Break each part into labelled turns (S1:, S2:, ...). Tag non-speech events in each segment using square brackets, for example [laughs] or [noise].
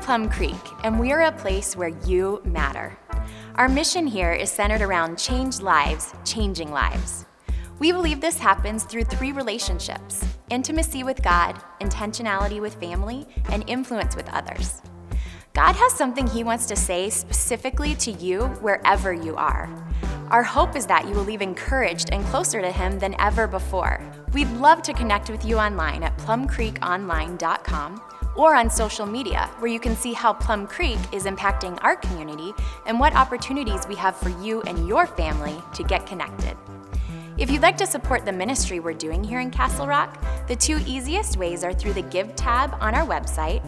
S1: Plum Creek, and we are a place where you matter. Our mission here is centered around change lives, changing lives. We believe this happens through three relationships intimacy with God, intentionality with family, and influence with others. God has something He wants to say specifically to you wherever you are. Our hope is that you will leave encouraged and closer to Him than ever before. We'd love to connect with you online at plumcreekonline.com or on social media, where you can see how Plum Creek is impacting our community and what opportunities we have for you and your family to get connected. If you'd like to support the ministry we're doing here in Castle Rock, the two easiest ways are through the Give tab on our website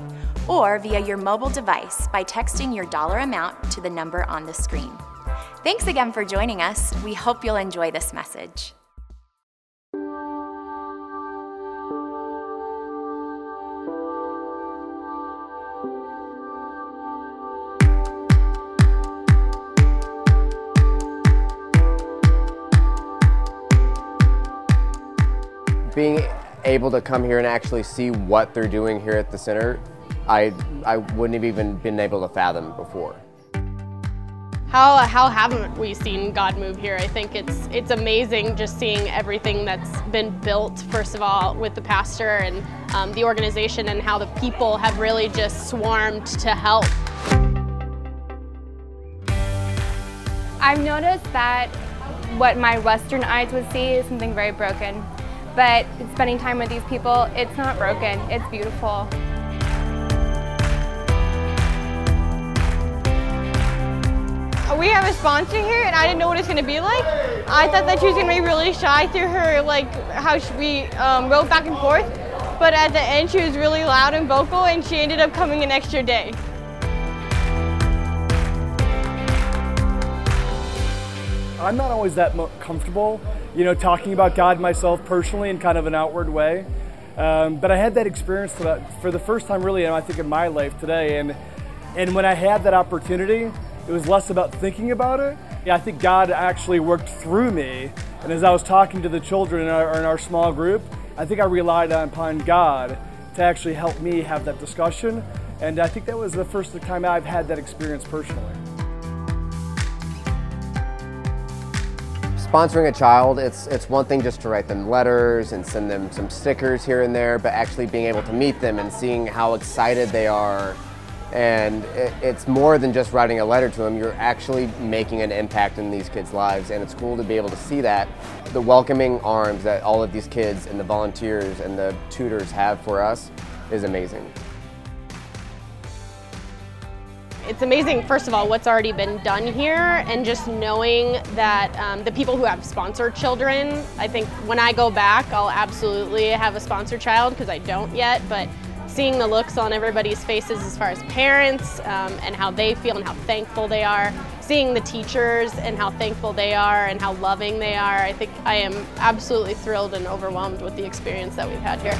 S1: or via your mobile device by texting your dollar amount to the number on the screen. Thanks again for joining us. We hope you'll enjoy this message.
S2: being able to come here and actually see what they're doing here at the center, I I wouldn't have even been able to fathom before.
S3: How how haven't we seen God move here? I think it's it's amazing just seeing everything that's been built. First of all, with the pastor and um, the organization, and how the people have really just swarmed to help.
S4: I've noticed that what my Western eyes would see is something very broken but spending time with these people, it's not broken, it's beautiful.
S5: We have a sponsor here and I didn't know what it's gonna be like. I thought that she was gonna be really shy through her, like how we um, rode back and forth, but at the end she was really loud and vocal and she ended up coming an extra day.
S6: I'm not always that mo- comfortable, you know, talking about God myself personally in kind of an outward way. Um, but I had that experience for, that, for the first time, really, I think, in my life today. And and when I had that opportunity, it was less about thinking about it. Yeah, I think God actually worked through me. And as I was talking to the children in our, in our small group, I think I relied upon God to actually help me have that discussion. And I think that was the first time I've had that experience personally.
S2: Sponsoring a child, it's it's one thing just to write them letters and send them some stickers here and there, but actually being able to meet them and seeing how excited they are, and it, it's more than just writing a letter to them. You're actually making an impact in these kids' lives, and it's cool to be able to see that. The welcoming arms that all of these kids and the volunteers and the tutors have for us is amazing.
S3: It's amazing, first of all, what's already been done here, and just knowing that um, the people who have sponsored children, I think when I go back, I'll absolutely have a sponsor child because I don't yet, but seeing the looks on everybody's faces as far as parents um, and how they feel and how thankful they are, seeing the teachers and how thankful they are and how loving they are, I think I am absolutely thrilled and overwhelmed with the experience that we've had here.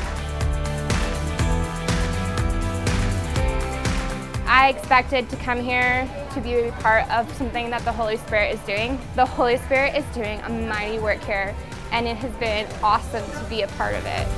S4: I expected to come here to be a part of something that the Holy Spirit is doing. The Holy Spirit is doing a mighty work here, and it has been awesome to be a part of it.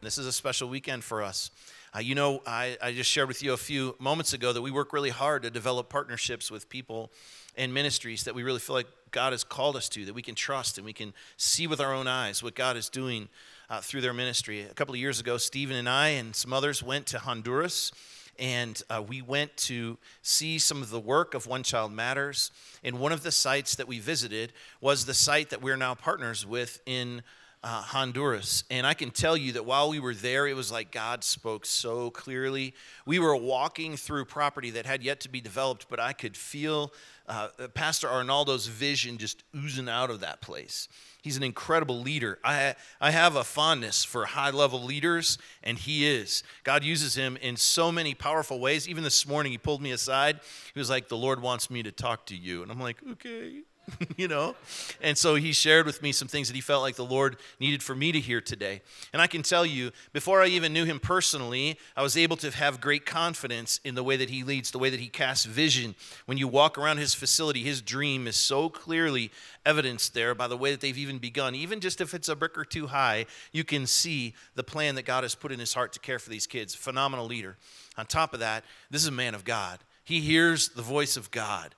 S7: This is a special weekend for us. Uh, you know, I, I just shared with you a few moments ago that we work really hard to develop partnerships with people and ministries that we really feel like God has called us to, that we can trust and we can see with our own eyes what God is doing uh, through their ministry. A couple of years ago, Stephen and I and some others went to Honduras and uh, we went to see some of the work of One Child Matters. And one of the sites that we visited was the site that we're now partners with in. Uh, Honduras. And I can tell you that while we were there, it was like God spoke so clearly. We were walking through property that had yet to be developed, but I could feel uh, Pastor Arnaldo's vision just oozing out of that place. He's an incredible leader. I, I have a fondness for high level leaders, and he is. God uses him in so many powerful ways. Even this morning, he pulled me aside. He was like, The Lord wants me to talk to you. And I'm like, Okay. [laughs] you know? And so he shared with me some things that he felt like the Lord needed for me to hear today. And I can tell you, before I even knew him personally, I was able to have great confidence in the way that he leads, the way that he casts vision. When you walk around his facility, his dream is so clearly evidenced there by the way that they've even begun. Even just if it's a brick or two high, you can see the plan that God has put in his heart to care for these kids. Phenomenal leader. On top of that, this is a man of God. He hears the voice of God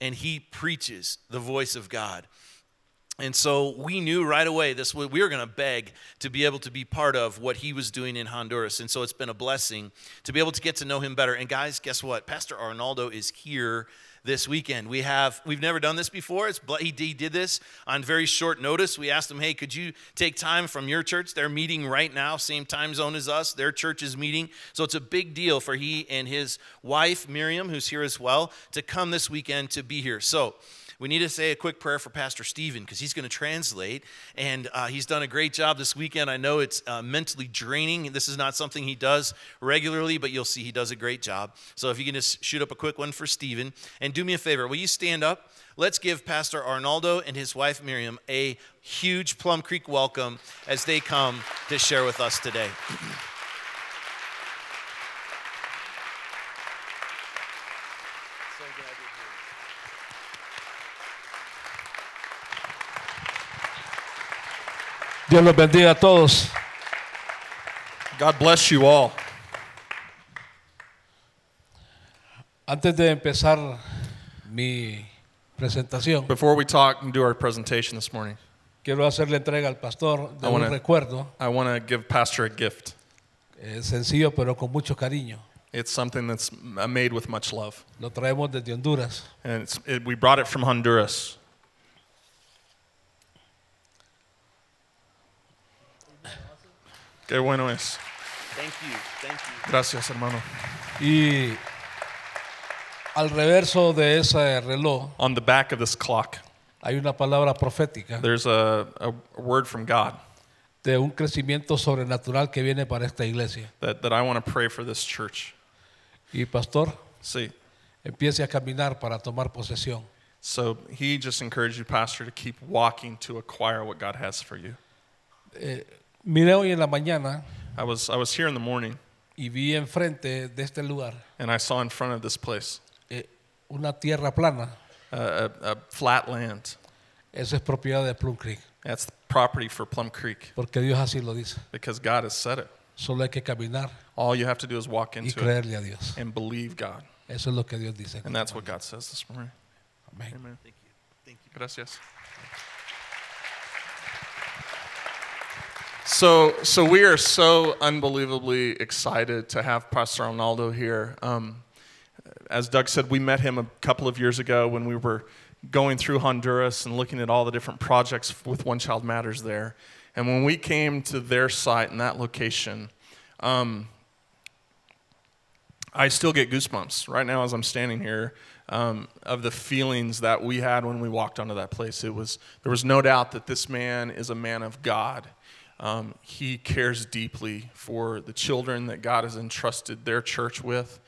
S7: and he preaches the voice of God. And so we knew right away this we were going to beg to be able to be part of what he was doing in Honduras. And so it's been a blessing to be able to get to know him better. And guys, guess what? Pastor Arnaldo is here this weekend. We have we've never done this before. It's he, he did this on very short notice. We asked him, "Hey, could you take time from your church? They're meeting right now, same time zone as us. Their church is meeting, so it's a big deal for he and his wife Miriam, who's here as well, to come this weekend to be here." So we need to say a quick prayer for Pastor Stephen because he's going to translate, and uh, he's done a great job this weekend. I know it's uh, mentally draining. This is not something he does regularly, but you'll see he does a great job. So if you can just shoot up a quick one for Stephen, and do me a favor, will you stand up? Let's give Pastor Arnaldo and his wife Miriam a huge Plum Creek welcome as they come to share with us today.
S8: Dios los bendiga a todos. God bless you all. Antes de empezar mi presentación,
S9: Before we talk and do our presentation this morning,
S8: quiero hacerle entrega al pastor de
S9: I
S8: un
S9: wanna-
S8: recuerdo
S9: I want to give Pastor a gift.
S8: eh, sencillo pero con mucho cariño.
S9: It's something that's m- uh, made with much love,
S8: Lo traemos desde Honduras.
S9: and it's, it, we brought it from Honduras. Qué bueno es.
S7: Thank you. Thank you.
S9: Gracias, hermano.
S8: Y al reverso de ese reloj
S9: On the back of this clock,
S8: hay una palabra profética
S9: there's a, a word from God
S8: de un crecimiento sobrenatural que viene para esta iglesia.
S9: that, that I want to pray for this church.
S8: Y pastor,
S9: See,
S8: empiece a caminar para tomar posesión.
S9: so he just encouraged you, Pastor, to keep walking to acquire what God has for you.
S8: Miré hoy en la mañana
S9: I was, I was here in the morning,
S8: y vi enfrente de este lugar
S9: and I saw in front of this place
S8: eh, una tierra plana.
S9: a, a, a flat land.
S8: Esa es propiedad de Plum Creek,
S9: That's the property for Plum Creek
S8: porque Dios así lo dice.
S9: because God has said it.
S8: Solo hay que caminar
S9: All you have to do is walk
S8: y
S9: into it
S8: creerle a Dios.
S9: and believe God.
S8: Eso es lo que Dios dice.
S9: And that's what God says this morning.
S8: Amén.
S9: Amen. Thank you. Thank you. Gracias. So, so we are so unbelievably excited to have Pastor Arnaldo here. Um, as Doug said, we met him a couple of years ago when we were going through Honduras and looking at all the different projects with One Child Matters there. And when we came to their site and that location, um, I still get goosebumps right now as I'm standing here um, of the feelings that we had when we walked onto that place. It was there was no doubt that this man is a man of God. Um, he cares deeply for the children that God has entrusted their church with,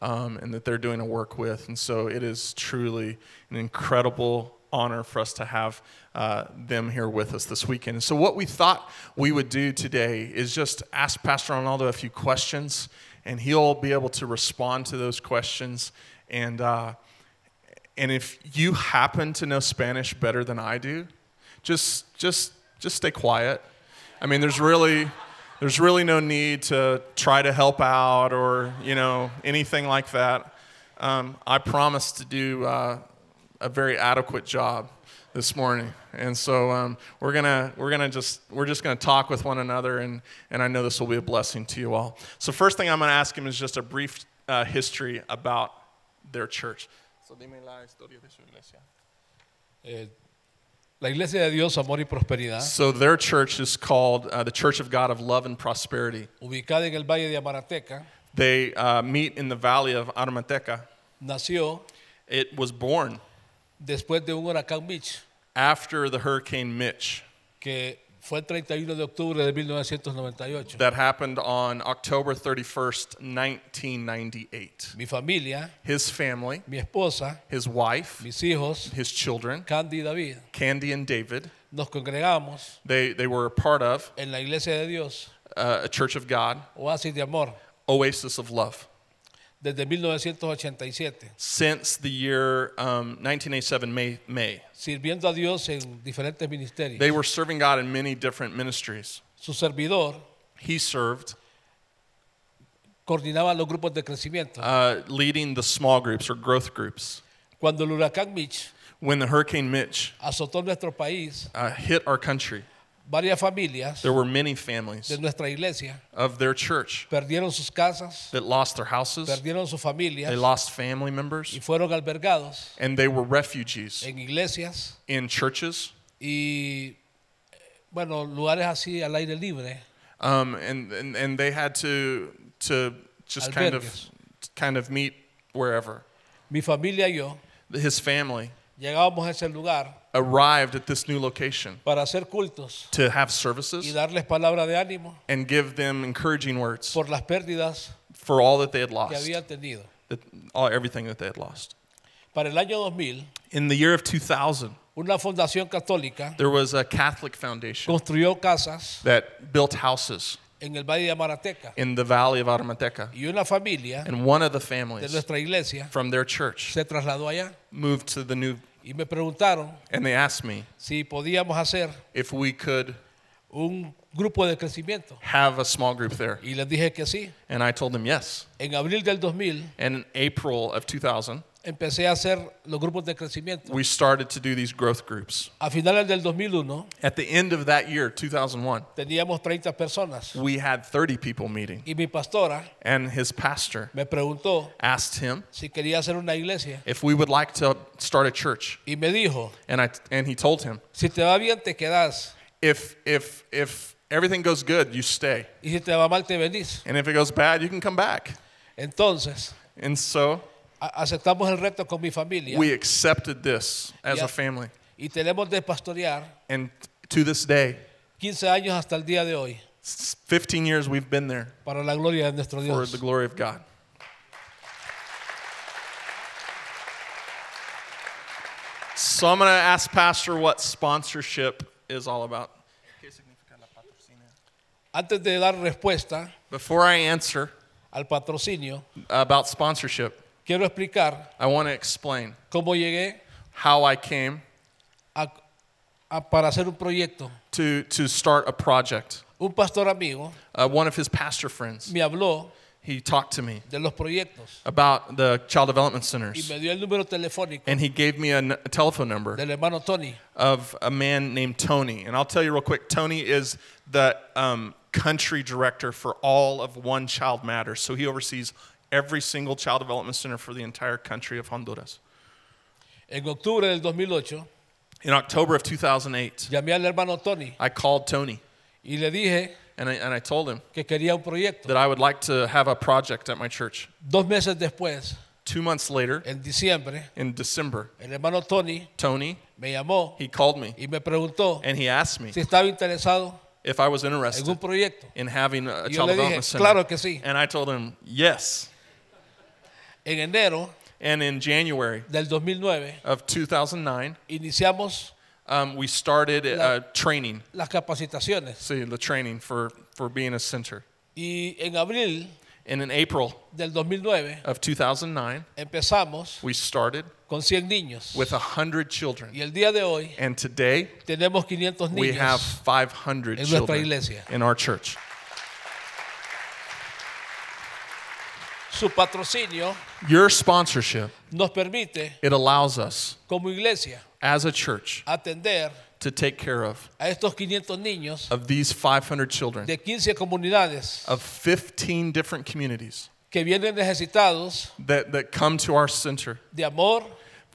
S9: um, and that they're doing a work with. And so it is truly an incredible honor for us to have uh, them here with us this weekend. And so what we thought we would do today is just ask Pastor Ronaldo a few questions and he'll be able to respond to those questions. And uh, and if you happen to know Spanish better than I do, just just just stay quiet. I mean, there's really there's really no need to try to help out or you know anything like that. Um, I promise to do uh, a very adequate job this morning, and so um, we're gonna we're gonna just we're just gonna talk with one another, and and I know this will be a blessing to you all. So first thing I'm gonna ask him is just a brief uh, history about their church. So dime la historia de su iglesia.
S8: Eh, la iglesia de Dios, amor y prosperidad,
S9: So their church is called uh, the Church of God of Love and Prosperity.
S8: ubicada en el Valle de Amarateca,
S9: They uh, meet in the valley of Armateca.
S8: nació
S9: It was born
S8: después de un huracán Mitch
S9: after the Hurricane Mitch
S8: que
S10: Fue el 31 de octubre de 1998.
S9: that happened on October 31st, 1998.
S10: Mi familia,
S9: His family,
S10: mi esposa,
S9: his wife,
S10: mis hijos,
S9: his children,
S10: Candy y David,
S9: Candy and David,
S10: nos congregamos
S9: they, they were a part of
S10: en la iglesia de Dios,
S9: uh, a Church of God,
S10: Oasis de Amor,
S9: Oasis of Love,
S10: desde 1987,
S9: since the year um, 1987, May, May.
S10: sirviendo a Dios en diferentes ministerios.
S9: They were serving God in many different ministries.
S10: Su servidor
S9: He served
S10: coordinaba los grupos de crecimiento.
S9: uh, leading the small groups or growth groups.
S10: Cuando el huracán Mitch
S9: When the Hurricane Mitch
S10: azotó nuestro país,
S9: uh, hit our country,
S10: varias familias
S9: there were many
S10: de
S9: families
S10: nuestra iglesia
S9: of their church
S10: perdieron sus casas,
S9: that lost their houses,
S10: perdieron sus familias
S9: they lost family
S10: y
S9: members,
S10: fueron albergados
S9: and they were refugees
S10: en iglesias
S9: in churches
S10: y eh, bueno, lugares así al aire libre.
S9: um, and, and, and they had to to just kind of
S10: Albergues.
S9: kind of meet wherever.
S10: Mi familia y yo
S9: His family
S10: llegábamos a ese lugar
S9: arrived at this new location
S10: para hacer cultos
S9: to have
S10: y
S9: services
S10: darles palabra de ánimo
S9: and give them encouraging words
S10: por las pérdidas
S9: for all that they had
S10: que
S9: lost,
S10: habían tenido.
S9: that, all, everything that they had lost.
S10: Para el año 2000,
S9: In the year of 2000,
S10: una fundación católica
S9: there was a Catholic foundation
S10: construyó casas
S9: that built houses
S10: en el Valle de Amarateca
S9: in the valley of Aramateca.
S10: y una familia
S9: And one of the
S10: de
S9: families
S10: nuestra iglesia
S9: from their church
S10: se trasladó allá
S9: moved to the new,
S10: y me preguntaron
S9: and they asked me
S10: si podíamos hacer
S9: if we could
S10: un grupo de crecimiento.
S9: have a small group there.
S10: Y les dije que sí.
S9: And I told them yes.
S10: En abril del 2000
S9: And in April of 2000,
S10: empecé a hacer los grupos de crecimiento.
S9: we started to do these growth groups.
S10: A finales del 2001
S9: At the end of that year, 2001,
S10: teníamos 30 personas
S9: we had 30 people meeting.
S10: y mi pastora
S9: And his pastor
S10: me preguntó
S9: asked him
S10: si quería hacer una iglesia
S9: if we would like to start a church.
S10: y me dijo,
S9: And, I, and he told him,
S10: si te va bien te quedas
S9: if, if, if everything goes good, you stay.
S10: y si te va mal te venís.
S9: And if it goes bad, you can come back.
S10: Entonces
S9: And so
S10: a- aceptamos el reto con mi familia
S9: we accepted this as
S10: Yeah.
S9: a family.
S10: y tenemos de pastorear
S9: And to this day,
S10: 15 años hasta el día de hoy
S9: s- 15 years we've been there
S10: para la gloria de nuestro
S9: for
S10: Dios.
S9: the glory of God. So I'm going to ask Pastor what sponsorship is all about.
S10: Antes de dar respuesta
S9: Before I answer
S10: al patrocinio,
S9: about sponsorship,
S10: quiero explicar
S9: I want to explain
S10: cómo llegué
S9: how I came
S10: a- a- para hacer un proyecto.
S9: to, to start a project.
S10: Un pastor amigo
S9: Uh, one of his pastor friends,
S10: me habló
S9: he talked to me
S10: de los proyectos
S9: about the child development
S10: y
S9: centers.
S10: me dio el número telefónico
S9: And he gave me a, n- a telephone number
S10: del hermano Tony.
S9: of a man named Tony. And I'll tell you real quick Tony is the um, country director for all of One Child Matters. So he oversees every single child development center for the entire country of Honduras.
S10: En octubre del 2008
S9: In October of 2008,
S10: llamé al hermano Tony
S9: I called Tony
S10: y le dije
S9: and I, and I told him
S10: que quería un proyecto.
S9: that I would like to have a project at my church.
S10: Dos meses después,
S9: Two months later,
S10: en diciembre,
S9: in December,
S10: el hermano Tony
S9: Tony,
S10: me llamó
S9: he called me
S10: y me preguntó
S9: and he asked me
S10: si estaba interesado
S9: if I was
S10: en un
S9: interested
S10: proyecto.
S9: in having a
S10: Yo
S9: child
S10: le
S9: development
S10: dije,
S9: center.
S10: claro que sí.
S9: And I told him, yes.
S10: En enero
S9: And in January
S10: del 2009
S9: of 2009,
S10: iniciamos
S9: um, we started
S10: La-
S9: uh, training.
S10: las capacitaciones
S9: See, the training for, for being a center.
S10: y en abril
S9: And in April
S10: del 2009
S9: of 2009,
S10: empezamos
S9: we started
S10: con 100 niños
S9: with 100
S10: y
S9: children.
S10: el día de hoy
S9: And today,
S10: tenemos 500
S9: we have
S10: niños.
S9: 500
S10: en nuestra
S9: children
S10: iglesia.
S9: in our church.
S10: Su patrocinio
S9: Your sponsorship,
S10: nos permite
S9: it allows us
S10: como iglesia
S9: as a church
S10: atender
S9: to take care of,
S10: a estos 500 niños
S9: of these 500 children.
S10: de 15 comunidades
S9: of 15 different communities
S10: que vienen necesitados
S9: that, that come to our center
S10: de amor,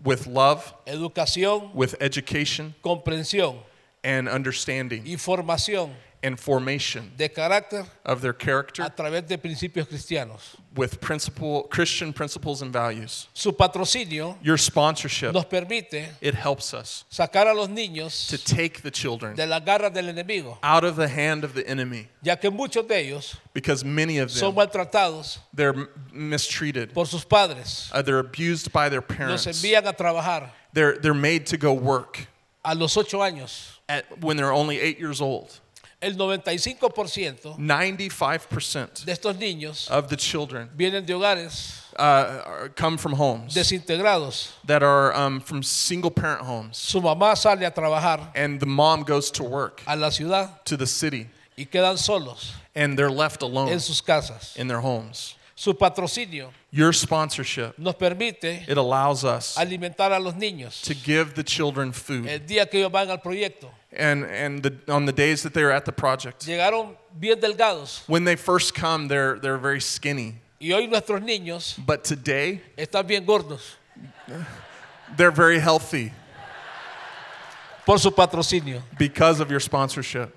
S9: with love,
S10: educación,
S9: with education,
S10: comprensión
S9: and understanding
S10: y formación
S9: and formation
S10: de carácter
S9: of their character
S10: a través de principios cristianos.
S9: with principle, Christian principles and values.
S10: Su patrocinio
S9: Your sponsorship,
S10: nos permite
S9: it helps us
S10: sacar a los niños
S9: to take the children
S10: de las garras del enemigo,
S9: out of the hand of the enemy
S10: ya que muchos de ellos
S9: because many of
S10: son
S9: them,
S10: maltratados
S9: they're m- mistreated.
S10: por sus padres.
S9: Uh, they're abused by their
S10: Los
S9: parents.
S10: envían a trabajar
S9: They're, they're made to go work
S10: a los ocho años.
S9: at, when they're only eight years old.
S10: El 95%
S9: 95%
S10: de estos niños
S9: of the children
S10: vienen de hogares
S9: uh, are- come from homes
S10: desintegrados.
S9: that are um, from single parent homes.
S10: Su mamá sale a trabajar
S9: And the mom goes to work
S10: a la ciudad
S9: to the city
S10: y quedan solos
S9: and they're left alone
S10: en sus casas.
S9: in their homes.
S10: Su patrocinio
S9: Your sponsorship,
S10: nos permite
S9: it allows us
S10: alimentar a los niños.
S9: to give the children food.
S10: El día que ellos van al proyecto,
S9: And, and the, on the days that they're at the project,
S10: llegaron bien delgados
S9: when they first come, they're, they're very skinny.
S10: y hoy nuestros niños
S9: But today,
S10: están bien gordos
S9: they're very healthy
S10: por su patrocinio.
S9: because of your sponsorship.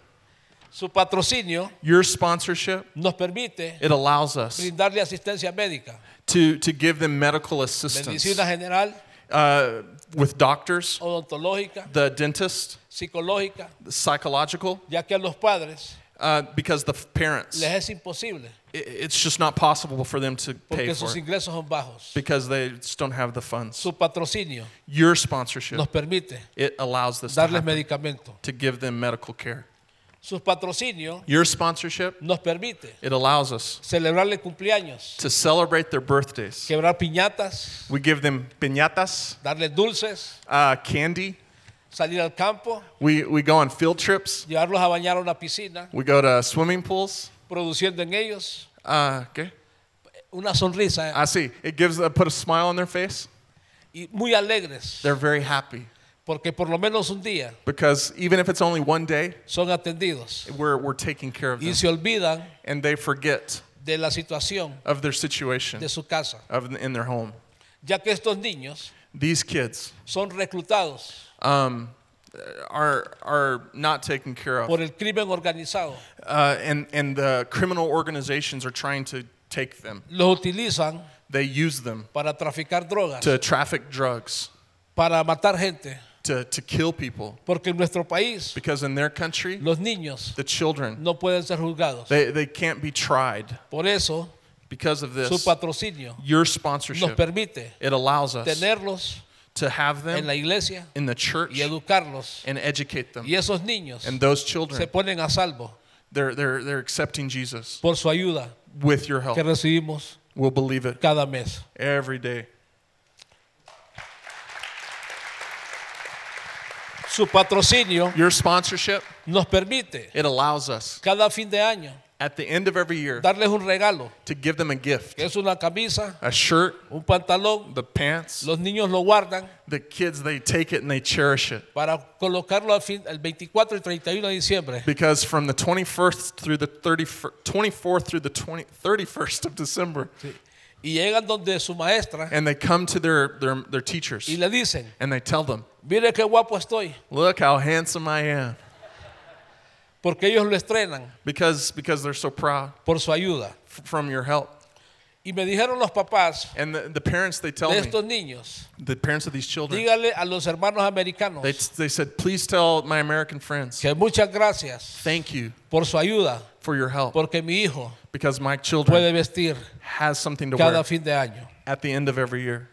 S10: Su patrocinio
S9: Your sponsorship,
S10: nos permite
S9: it allows us
S10: brindarle asistencia médica,
S9: to, to give them medical assistance
S10: medicina general,
S9: uh, with doctors,
S10: odontológica,
S9: the dentist,
S10: psicológica,
S9: the psychological,
S10: ya que a los padres
S9: uh, because the f- parents,
S10: les
S9: i-
S10: es imposible
S9: it's just not possible for them to
S10: porque
S9: pay for
S10: sus
S9: it
S10: ingresos son bajos.
S9: because they just don't have the funds.
S10: Su patrocinio
S9: Your sponsorship,
S10: nos permite
S9: it allows this to,
S10: darles
S9: happen,
S10: medicamentos.
S9: to give them medical care.
S10: Su patrocinio
S9: Your sponsorship,
S10: nos permite
S9: it allows us
S10: celebrarle cumpleaños,
S9: to celebrate their birthdays.
S10: quebrar piñatas,
S9: We give them piñatas,
S10: darles dulces,
S9: uh, candy.
S10: salir al campo,
S9: We, we go on field trips.
S10: llevarlos a bañar a una piscina,
S9: We go to swimming pools.
S10: produciendo en ellos
S9: Uh, okay.
S10: una sonrisa
S9: I see. It gives uh, put a smile on their face.
S10: y muy alegres,
S9: They're very happy
S10: porque por lo menos un día
S9: because even if it's only one day,
S10: son atendidos
S9: we're, we're taking care of them.
S10: y se olvidan
S9: And they forget
S10: de la situación
S9: of their situation
S10: de su casa,
S9: of, in their home.
S10: ya que estos niños
S9: These kids
S10: son reclutados
S9: um, are, are not taken care
S10: por
S9: of.
S10: el crimen organizado,
S9: Uh, and, and the criminal organizations are trying to take them,
S10: los utilizan
S9: they use them
S10: para traficar drogas,
S9: to traffic drugs,
S10: para matar gente,
S9: to, to kill people.
S10: porque en nuestro país
S9: Because in their country,
S10: los niños
S9: the children,
S10: no pueden ser juzgados.
S9: they, they can't be tried
S10: Por eso
S9: because of
S10: su
S9: this.
S10: patrocinio
S9: Your
S10: nos
S9: sponsorship,
S10: permite
S9: it allows us
S10: tenerlos
S9: to have
S10: en la
S9: them
S10: iglesia
S9: in the church
S10: y educarlos.
S9: and educate them.
S10: Y esos niños
S9: And those
S10: se
S9: children,
S10: ponen a salvo
S9: they're, they're, they're accepting Jesus
S10: por su ayuda
S9: with your help.
S10: que recibimos
S9: We'll believe it
S10: cada mes.
S9: every day.
S10: Su patrocinio
S9: Your sponsorship,
S10: nos permite
S9: it allows us
S10: cada fin de año
S9: at the end of every year
S10: darles un regalo,
S9: to give them a gift
S10: que es una camisa,
S9: a shirt,
S10: un pantalón.
S9: the pants.
S10: Los niños lo guardan
S9: The kids, they take it and they cherish it.
S10: para colocarlo al fin, el 24 y 31 de diciembre
S9: Because from the 21st through the 31st, 24th through the 20, 31st of December,
S10: y llegan donde su maestra
S9: and they come to their, their, their teachers
S10: y le dicen,
S9: and they tell them,
S10: mire qué guapo estoy,
S9: Look how handsome I am.
S10: porque ellos lo estrenan
S9: Because, because they're so proud
S10: por su ayuda.
S9: f- from your help.
S10: Y me dijeron los papás
S9: And the, the parents, they tell
S10: de
S9: me,
S10: estos niños,
S9: the parents of these children,
S10: dígale a los hermanos americanos
S9: they, they said, Please tell my American friends,
S10: que muchas gracias
S9: thank you
S10: por su ayuda,
S9: for your help.
S10: porque mi hijo
S9: Because my
S10: puede
S9: children
S10: vestir
S9: has something to
S10: cada
S9: wear
S10: fin de año.
S9: at the end of every year.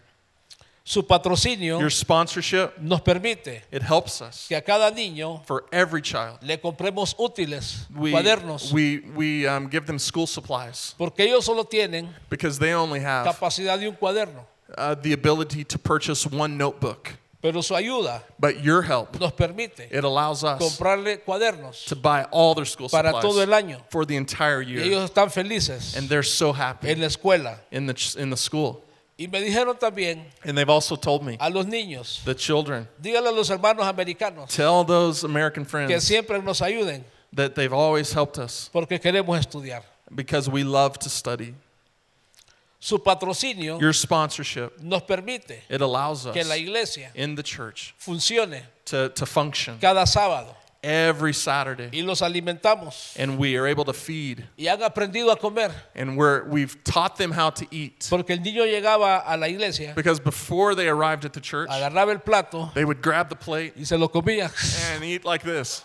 S10: Su patrocinio
S9: Your sponsorship,
S10: nos permite
S9: it helps us
S10: que a cada niño
S9: for every child.
S10: le compremos útiles,
S9: We,
S10: cuadernos,
S9: we, we um, give them school supplies
S10: porque ellos solo tienen
S9: because they only have
S10: capacidad de un cuaderno,
S9: uh, the ability to purchase one notebook.
S10: pero su ayuda
S9: But your help,
S10: nos permite
S9: it allows us
S10: comprarle cuadernos
S9: to buy all their school
S10: para
S9: supplies
S10: todo el año.
S9: for the entire
S10: y
S9: year.
S10: ellos están felices
S9: and they're so happy
S10: en la escuela.
S9: in the ch- in the school.
S10: Y me dijeron también
S9: And they've also told me
S10: a los niños,
S9: the children
S10: dígale a los hermanos americanos
S9: tell those American
S10: que
S9: friends
S10: siempre nos ayuden
S9: that they've always helped us
S10: porque queremos estudiar.
S9: because we love to study.
S10: Su patrocinio
S9: Your sponsorship
S10: nos permite
S9: it allows
S10: que la
S9: us
S10: iglesia
S9: in the church
S10: funcione
S9: to to function
S10: cada sábado
S9: every Saturday.
S10: y los alimentamos
S9: And we are able to feed.
S10: y han aprendido a comer.
S9: And we're, we've taught them how to eat.
S10: Porque el niño llegaba a la iglesia,
S9: Because before they arrived at the church,
S10: agarraba el plato
S9: they would grab the plate
S10: y se lo comía.
S9: and eat like this.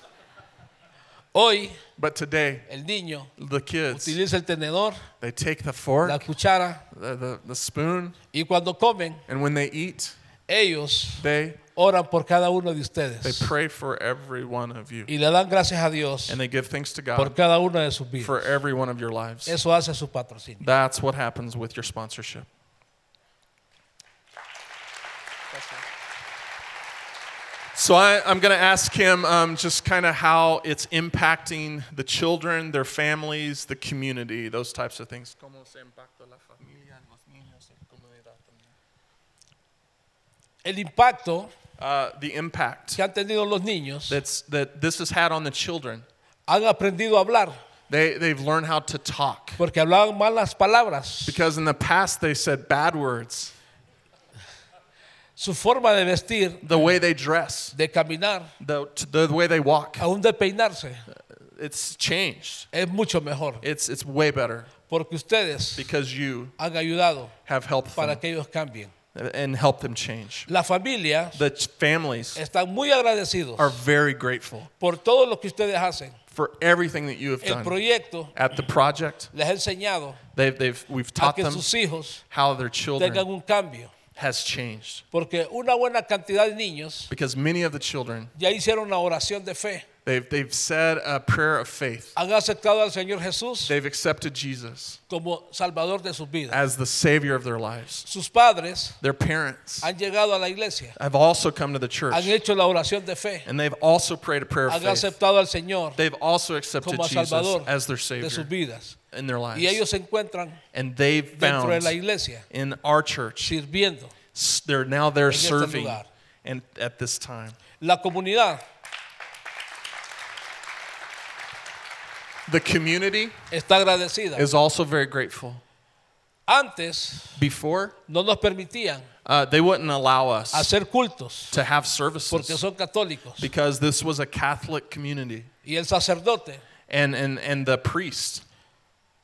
S10: Hoy
S9: But today,
S10: el niño
S9: the kids,
S10: utiliza el tenedor,
S9: they take the
S10: la
S9: fork,
S10: cuchara
S9: the, the, the spoon,
S10: y cuando comen,
S9: and when they eat,
S10: ellos
S9: they,
S10: oran por cada uno de
S9: they
S10: ustedes
S9: pray for every one of you.
S10: y le dan gracias a Dios
S9: And they give thanks to
S10: por
S9: God
S10: cada una de sus vidas.
S9: for every one of your lives.
S10: Eso hace su patrocinio.
S9: That's what happens with your sponsorship. So I, I'm going to ask him um, just kind of how it's impacting the children, their families, the community, those types of things.
S10: El impacto
S9: Uh, the impact
S10: que han tenido los niños,
S9: that's, that this has had on the children.
S10: han aprendido a hablar
S9: They, they've learned how to talk
S10: porque hablaban malas palabras.
S9: because in the past they said bad words.
S10: Su forma de vestir,
S9: The way they dress,
S10: de caminar,
S9: the, the way they walk,
S10: aún de peinarse,
S9: it's changed.
S10: es mucho mejor
S9: It's, it's way better
S10: porque ustedes
S9: because you
S10: han ayudado
S9: have helped
S10: para
S9: them
S10: que ellos cambien.
S9: and helped them change.
S10: La familia
S9: The ch- families
S10: están muy agradecidos
S9: are very grateful
S10: por todo lo que ustedes hacen.
S9: for everything that you have
S10: El
S9: done
S10: proyecto
S9: at the project.
S10: les ha enseñado
S9: They've, they've, we've
S10: a
S9: taught
S10: que
S9: them
S10: sus hijos
S9: how their
S10: tengan
S9: children
S10: un cambio,
S9: has changed
S10: porque una buena cantidad de niños
S9: because many of the children
S10: ya hicieron una oración de fe,
S9: they've, they've said a prayer of faith.
S10: han aceptado al Señor Jesús
S9: They've accepted Jesus
S10: como Salvador de sus vidas.
S9: as the savior of their lives.
S10: Sus padres
S9: Their parents
S10: han llegado a la iglesia,
S9: have also come to the
S10: han
S9: church
S10: hecho la oración de fe,
S9: and they've also prayed a prayer of
S10: han
S9: faith.
S10: aceptado al Señor
S9: They've also accepted
S10: como
S9: Jesus
S10: Salvador
S9: as their
S10: de sus
S9: savior
S10: vidas.
S9: in their lives.
S10: Y ellos se encuentran
S9: and they've
S10: dentro de la
S9: found
S10: iglesia
S9: in our church
S10: sirviendo.
S9: s- they're now they're
S10: este
S9: serving
S10: lugar.
S9: and at this time
S10: La comunidad
S9: the community
S10: está agradecida.
S9: is also very grateful
S10: Antes
S9: before
S10: no nos permitían
S9: uh, they wouldn't allow us
S10: hacer cultos
S9: to have
S10: porque
S9: services
S10: son católicos
S9: because this was a catholic community
S10: y el sacerdote
S9: and and and the priest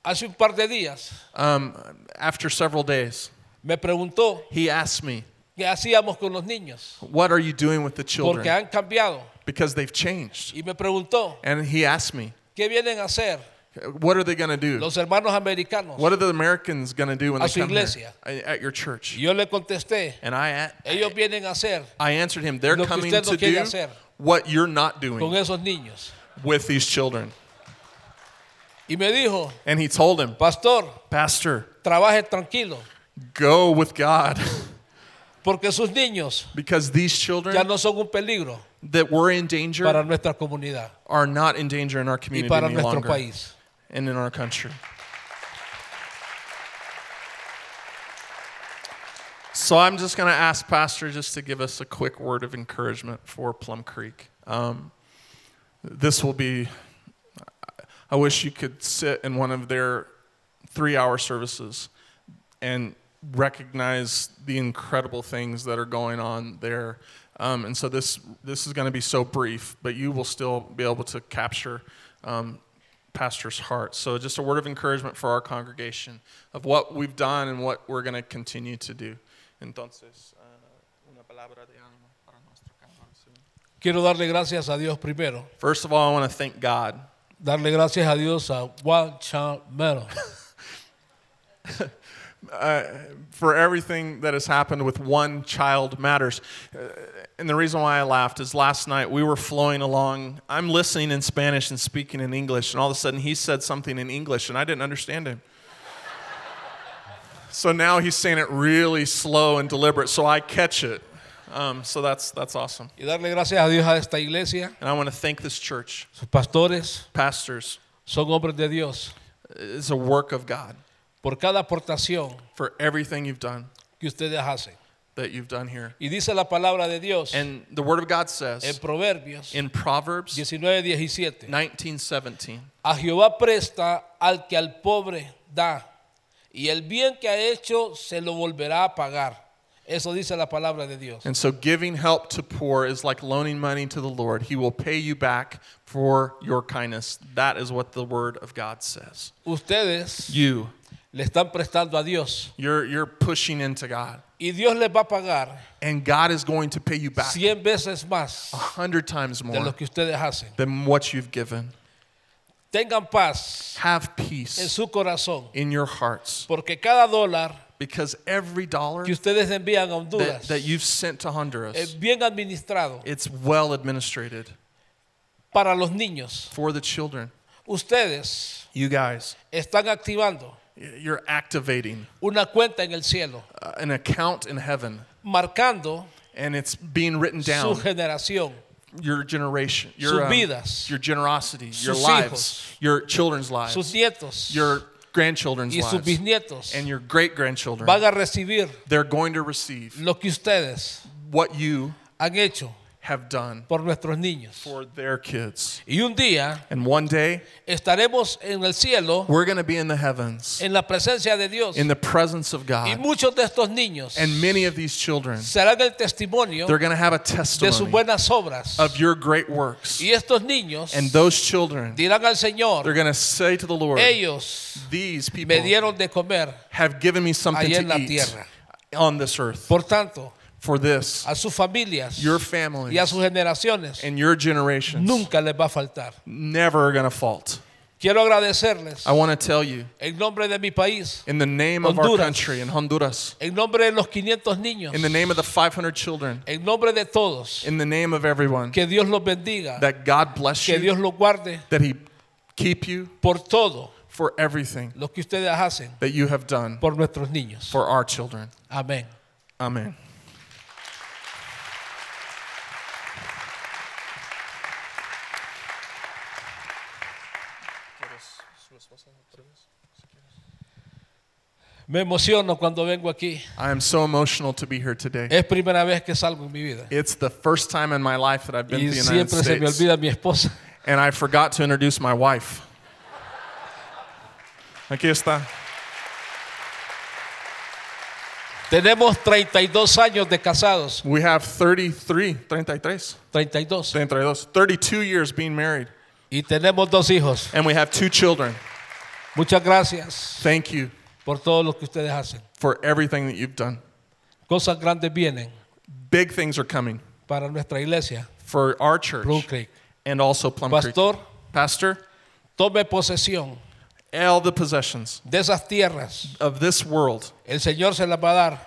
S10: hace un par de días
S9: um, after several days
S10: me preguntó
S9: he asked me
S10: qué hacíamos con los niños
S9: what are you doing with the children
S10: porque han cambiado
S9: because they've changed
S10: y me preguntó
S9: and he asked me
S10: qué vienen a hacer
S9: what are they going to do
S10: los hermanos americanos
S9: what are the americans going to do when
S10: A
S9: they
S10: su
S9: come here?
S10: iglesia.
S9: A- at your church
S10: Y yo le contesté
S9: And I,
S10: ellos vienen a hacer
S9: I answered him, they're
S10: Lo que
S9: coming
S10: usted no
S9: to
S10: quiere
S9: do
S10: hacer.
S9: what you're not
S10: con
S9: doing
S10: esos niños
S9: with these children.
S10: y me dijo
S9: And he told him,
S10: pastor
S9: Pastor,
S10: trabaje tranquilo
S9: go with God [laughs]
S10: porque sus niños
S9: because these
S10: ya
S9: children
S10: no son un peligro
S9: that were in danger
S10: para nuestra comunidad
S9: are not in danger in our
S10: y
S9: community
S10: para
S9: any
S10: nuestro
S9: longer
S10: país
S9: and in our country. So I'm just going to ask Pastor just to give us a quick word of encouragement for Plum Creek. Um, this will be, I wish you could sit in one of their three hour services and recognize the incredible things that are going on there. Um, and so this, this is going to be so brief, but you will still be able to capture um, Pastor's heart. So just a word of encouragement for our congregation of what we've done and what we're going to continue to do. Entonces, uh, una palabra de ánimo para nuestro congregación.
S10: quiero darle gracias a Dios primero
S9: First of all, I want to thank God.
S10: darle gracias a Dios a Guachamero
S9: for everything that has happened with one child matters. Uh, And the reason why I laughed is last night we were flowing along. I'm listening in Spanish and speaking in English, and all of a sudden he said something in English, and I didn't understand him. so now he's saying it really slow and deliberate, so I catch it. Um, so that's that's awesome.
S10: y darle gracias a Dios a esta iglesia.
S9: And I want to thank this church,
S10: Sus pastores
S9: pastors.
S10: son hombres de Dios
S9: It's a work of God
S10: por cada aportación
S9: for everything you've done
S10: que ustedes hacen.
S9: that you've done here.
S10: Y dice la palabra de Dios
S9: And the Word of God
S10: en
S9: says
S10: Proverbios
S9: in Proverbs
S10: 19, 17.
S9: 1917.
S10: A Jehová presta al que al pobre da, y el bien que ha hecho se lo volverá a pagar. Eso dice la palabra de Dios.
S9: And so giving help to poor is like loaning money to the Lord. He will pay you back for your kindness. That is what the word of God says.
S10: Ustedes
S9: You,
S10: le están prestando a Dios
S9: you're you're pushing into God.
S10: y Dios les va a pagar
S9: And God is going to pay you back
S10: 100 veces más
S9: a hundred times
S10: de
S9: more
S10: lo que ustedes hacen.
S9: than what you've given.
S10: Tengan paz
S9: Have
S10: en
S9: peace
S10: su corazón
S9: in your hearts.
S10: porque cada dólar
S9: Because every dollar
S10: que ustedes envían a
S9: that,
S10: Honduras
S9: that
S10: es
S9: you've sent to Honduras,
S10: bien administrado
S9: it's well administrated
S10: para los niños.
S9: for the children.
S10: Ustedes
S9: You guys,
S10: están activando
S9: you're activating
S10: una cuenta en el cielo,
S9: uh, an account in heaven
S10: marcando
S9: and it's being written
S10: su
S9: down
S10: generación.
S9: your generation your
S10: Sus
S9: um,
S10: vidas.
S9: your generosity your
S10: Sus
S9: lives your children's lives
S10: sus nietos
S9: your grandchildren's
S10: y sus
S9: lives
S10: bisnietos
S9: and your great grandchildren
S10: van a recibir
S9: they're going to receive
S10: lo que ustedes
S9: what you
S10: han hecho
S9: have done
S10: por nuestros niños.
S9: for their kids
S10: Y un día
S9: and one day
S10: estaremos en el cielo,
S9: we're going to be in the heavens
S10: en la presencia de Dios.
S9: in the presence
S10: Y
S9: of God
S10: muchos de estos niños
S9: and many of these children
S10: serán el testimonio
S9: they're going to have a
S10: de sus
S9: testimony
S10: buenas obras.
S9: of your great works
S10: Y estos niños
S9: and those children
S10: dirán al
S9: they're
S10: Señor,
S9: going to say to the Lord
S10: ellos
S9: these people
S10: me dieron de comer.
S9: have given me something
S10: Ahí en la
S9: to eat
S10: tierra.
S9: on this earth
S10: Por tanto,
S9: for this
S10: a sus familias
S9: your family
S10: y a sus generaciones
S9: and your generations
S10: nunca les va a faltar.
S9: never going to fault
S10: Quiero agradecerles
S9: i want to tell you
S10: en nombre de mi país,
S9: in the name of
S10: Honduras.
S9: our country in honduras
S10: en nombre de los 500 niños,
S9: in the name of the 500 children
S10: en nombre de todos,
S9: in the name of everyone
S10: que Dios los bendiga,
S9: that god bless
S10: que
S9: you
S10: Dios los guarde
S9: that he keep you
S10: por todo
S9: for everything
S10: lo que ustedes hacen
S9: that you have done
S10: por nuestros niños.
S9: for our children
S10: Amén.
S9: amen
S10: Me emociono cuando vengo aquí.
S9: i am so emotional to be here today
S10: Es primera vez que salgo en mi vida.
S9: it's the first time in my life that i've been
S10: Y
S9: to the united
S10: siempre se me
S9: states
S10: olvida mi esposa.
S9: And I forgot to introduce my wife. Aquí está.
S10: Tenemos 32 años de casados.
S9: We have 33, 33,
S10: 32.
S9: 32, 32 years being married.
S10: Y tenemos dos hijos.
S9: And we have two children.
S10: Muchas gracias
S9: Thank you
S10: por todo lo que ustedes hacen.
S9: for everything that you've done.
S10: Cosas grandes vienen
S9: Big things are coming
S10: para nuestra iglesia,
S9: for our church
S10: Blue Creek.
S9: and also Plum Creek.
S10: Pastor,
S9: Pastor,
S10: tome posesión
S9: all the possessions
S10: de esas tierras.
S9: of this world,
S10: El Señor se las va a dar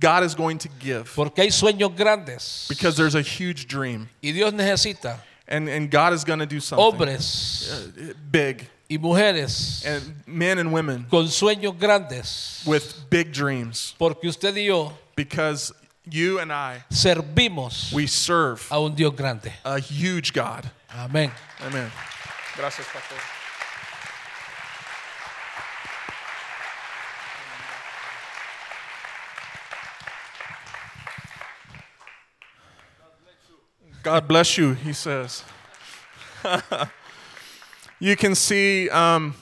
S9: God is going to give
S10: porque hay sueños grandes
S9: because there's a huge dream.
S10: y Dios necesita
S9: And, and God is going to do something Uh,
S10: hombres
S9: big.
S10: y mujeres
S9: And men and women
S10: con sueños grandes
S9: with big dreams
S10: porque usted y yo
S9: because you and I,
S10: servimos
S9: we serve
S10: a un Dios grande.
S9: a huge God.
S10: Amén.
S9: Amen. Gracias, Pastor. God bless you, he says. [laughs] you can see, um,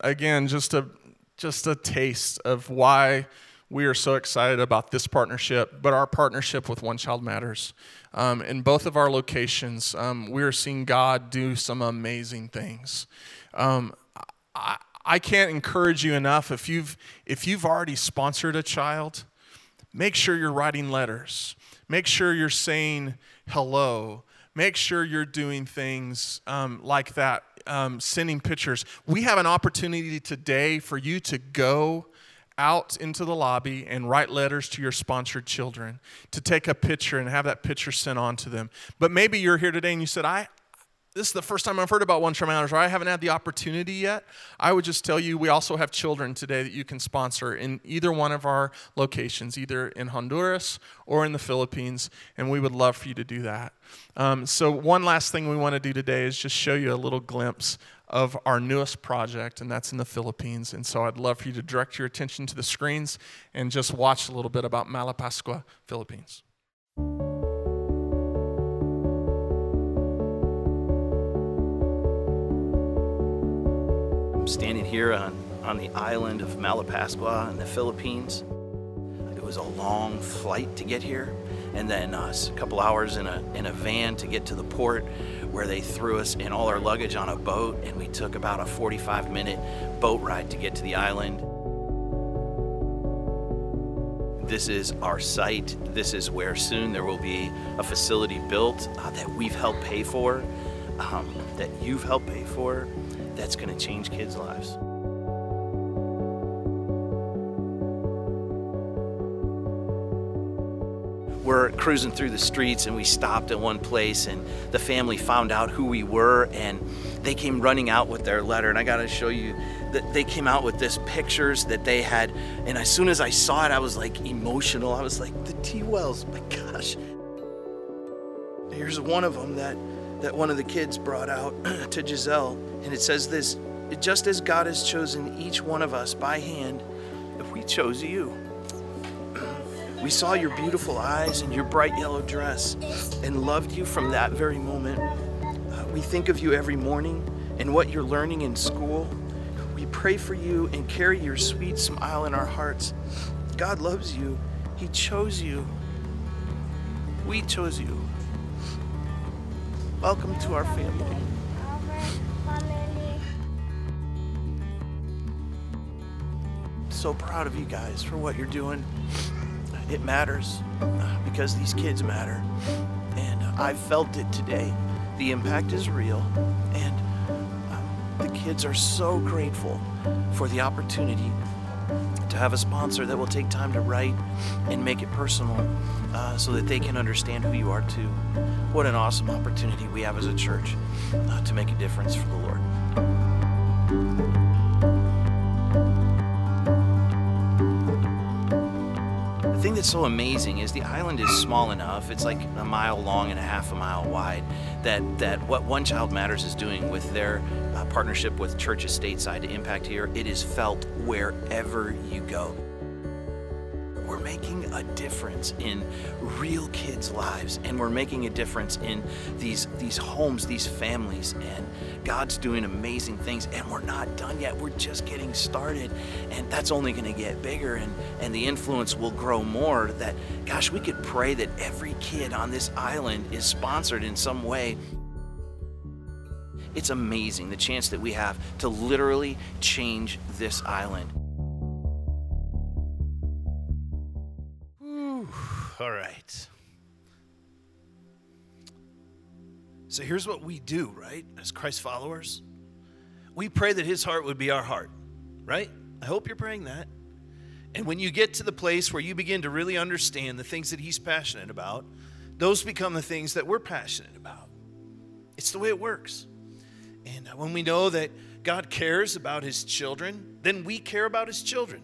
S9: again, just a, just a taste of why we are so excited about this partnership, but our partnership with One Child Matters. Um, in both of our locations, um, we are seeing God do some amazing things. Um, I, I can't encourage you enough if you've, if you've already sponsored a child, make sure you're writing letters. Make sure you're saying hello. Make sure you're doing things um, like that, um, sending pictures. We have an opportunity today for you to go out into the lobby and write letters to your sponsored children, to take a picture and have that picture sent on to them. But maybe you're here today and you said, I, this is the first time I've heard about One Trim Hours, or I haven't had the opportunity yet. I would just tell you we also have children today that you can sponsor in either one of our locations, either in Honduras or in the Philippines, and we would love for you to do that. Um, so, one last thing we want to do today is just show you a little glimpse of our newest project, and that's in the Philippines. And so, I'd love for you to direct your attention to the screens and just watch a little bit about Malapascua, Philippines.
S7: I'm standing here on, on the island of Malapascua in the Philippines. It was was a long flight to get here, and then uh, s- a couple hours in a in a van to get to the port, where they threw us and all our luggage on a boat, and we took about a 45 minute boat ride to get to the island. This is our site. This is where soon there will be a facility built uh, that we've helped pay for, um, that you've helped pay for, that's going to change kids' lives. we're cruising through the streets and we stopped at one place and the family found out who we were and they came running out with their letter and i gotta show you that they came out with this pictures that they had and as soon as i saw it i was like emotional i was like the t-wells my gosh here's one of them that that one of the kids brought out [clears throat] to giselle and it says this just as god has chosen each one of us by hand we chose you we saw your beautiful eyes and your bright yellow dress and loved you from that very moment. Uh, we think of you every morning and what you're learning in school. We pray for you and carry your sweet smile in our hearts. God loves you. He chose you. We chose you. Welcome to our family. So proud of you guys for what you're doing it matters uh, because these kids matter. And uh, I felt it today. The impact is real, and um, the kids are so grateful for the opportunity to have a sponsor that will take time to write and make it personal uh, so that they can understand who you are too. What an awesome opportunity we have as a church uh, to make a difference for the Lord. The thing that's so amazing is the island is small enough, it's like a mile long and a half a mile wide, that, that what One Child Matters is doing with their uh, partnership with churches stateside to impact here, it is felt wherever you go. We're making a difference in real kids' lives, and we're making a difference in these, these homes, these families, and God's doing amazing things, and we're not done yet. We're just getting started, and that's only going to get bigger, and, and the influence will grow more. That, gosh, we could pray that every kid on this island is sponsored in some way it's amazing the chance that we have to literally change this island. Whew, all right. So here's what we do, right, as Christ followers. We pray that his heart would be our heart, right? I hope you're praying that. And when you get to the place where you begin to really understand the things that he's passionate about, those become the things that we're passionate about. It's the way it works. And uh, when we know that God cares about his children, then we care about his children.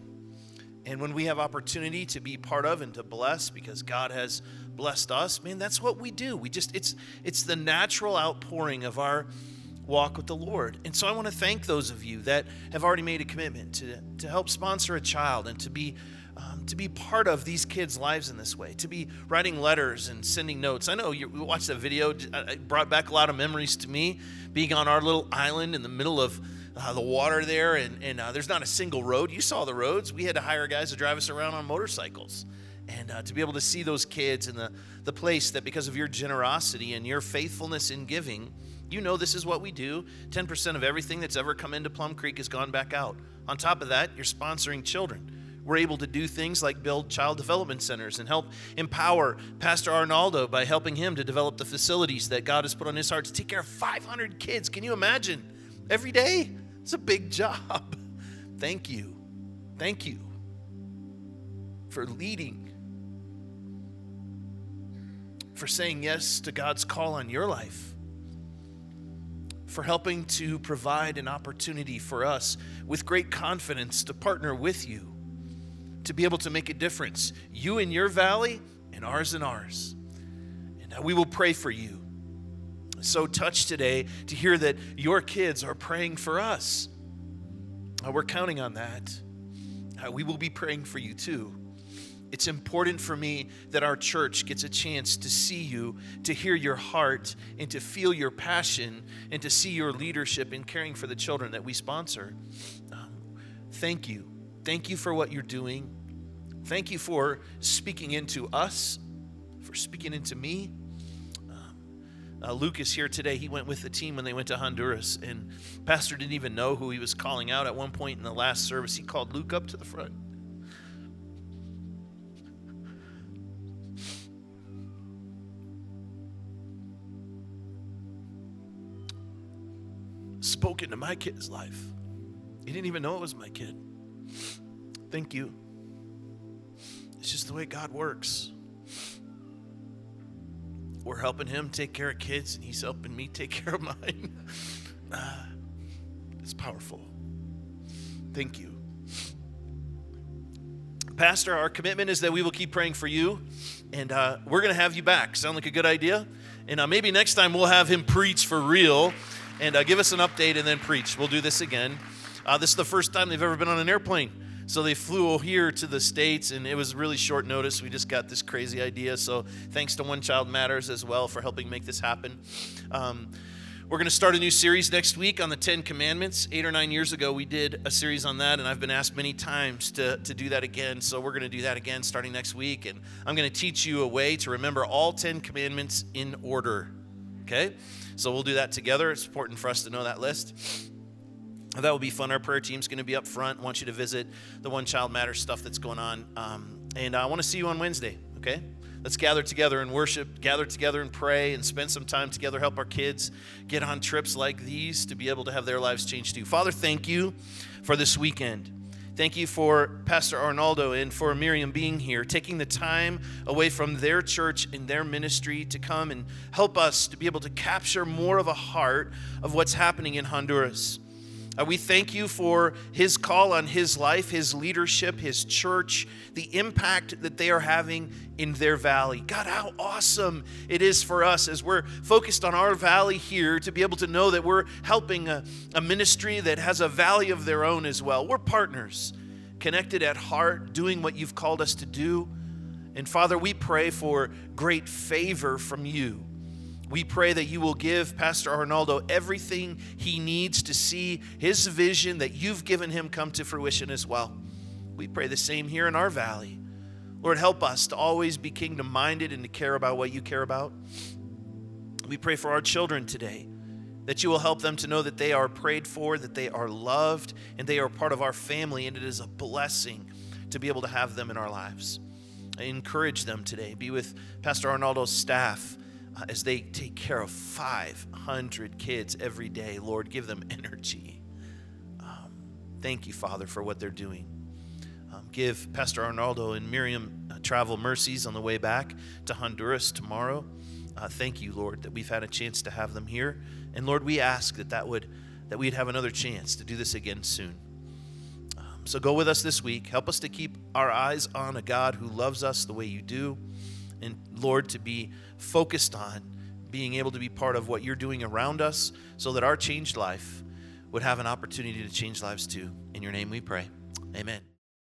S7: And when we have opportunity to be part of and to bless because God has blessed us, man, that's what we do. We just it's it's the natural outpouring of our walk with the Lord. And so I want to thank those of you that have already made a commitment to to help sponsor a child and to be um, to be part of these kids' lives in this way, to be writing letters and sending notes. I know you we watched that video, uh, it brought back a lot of memories to me, being on our little island in the middle of uh, the water there, and, and uh, there's not a single road. You saw the roads. We had to hire guys to drive us around on motorcycles. And uh, to be able to see those kids in the, the place that because of your generosity and your faithfulness in giving, you know this is what we do. 10% of everything that's ever come into Plum Creek has gone back out. On top of that, you're sponsoring children. We're able to do things like build child development centers and help empower Pastor Arnaldo by helping him to develop the facilities that God has put on his heart to take care of 500 kids. Can you imagine? Every day? It's a big [laughs] job. Thank you. Thank you for leading, for saying yes to God's call on your life, for helping to provide an opportunity for us with great confidence to partner with you to be able to make a difference. You in your valley, and ours in ours. And uh, we will pray for you. So touched today to hear that your kids are praying for us. Uh, we're counting on that. Uh, we will be praying for you too. It's important for me that our church gets a chance to see you, to hear your heart, and to feel your passion, and to see your leadership in caring for the children that we sponsor. Um, thank you. Thank you for what you're doing. Thank you for speaking into us, for speaking into me. Uh, Luke is here today. He went with the team when they went to Honduras, and Pastor didn't even know who he was calling out at one point in the last service. He called Luke up to the front. Spoke into my kid's life. He didn't even know it was my kid. Thank you. It's just the way God works we're helping him take care of kids and he's helping me take care of mine [laughs] Uh, it's powerful thank you pastor our commitment is that we will keep praying for you and uh, we're going to have you back sound like a good idea and uh, maybe next time we'll have him preach for real and uh, give us an update and then preach we'll do this again uh, this is the first time they've ever been on an airplane so they flew here to the States, and it was really short notice. We just got this crazy idea. So thanks to One Child Matters as well for helping make this happen. Um, we're going to start a new series next week on the Ten Commandments. Eight or nine years ago, we did a series on that, and I've been asked many times to, to do that again. So we're going to do that again starting next week, and I'm going to teach you a way to remember all Ten Commandments in order. Okay? So we'll do that together. It's important for us to know that list. That will be fun. Our prayer team's going to be up front. want you to visit the One Child Matters stuff that's going on. Um, and I want to see you on Wednesday, okay? Let's gather together and worship, gather together and pray, and spend some time together. Help our kids get on trips like these to be able to have their lives changed too. Father, thank you for this weekend. Thank you for Pastor Arnaldo and for Miriam being here, taking the time away from their church and their ministry to come and help us to be able to capture more of a heart of what's happening in Honduras. Uh, we thank you for his call on his life, his leadership, his church, the impact that they are having in their valley. God, how awesome it is for us as we're focused on our valley here to be able to know that we're helping a, a ministry that has a valley of their own as well. We're partners, connected at heart, doing what you've called us to do. And Father, we pray for great favor from you. We pray that you will give Pastor Arnaldo everything he needs to see his vision that you've given him come to fruition as well. We pray the same here in our valley. Lord, help us to always be kingdom minded and to care about what you care about. We pray for our children today that you will help them to know that they are prayed for, that they are loved, and they are part of our family, and it is a blessing to be able to have them in our lives. encourage them today. Be with Pastor Arnaldo's staff uh, as they take care of 500 kids every day. Lord, give them [laughs] energy. Um, thank you, Father, for what they're doing. Um, give Pastor Arnaldo and Miriam uh, travel mercies on the way back to Honduras tomorrow. Uh, thank you, Lord, that we've had a chance to have them here. And Lord, we ask that that would that we'd have another chance to do this again soon. Um, so go with us this week. Help us to keep our eyes on a God who loves us the way you do and Lord, to be focused on being able to be part of what you're doing around us so that our changed life would have an opportunity to change lives too. In your name we pray. Amen.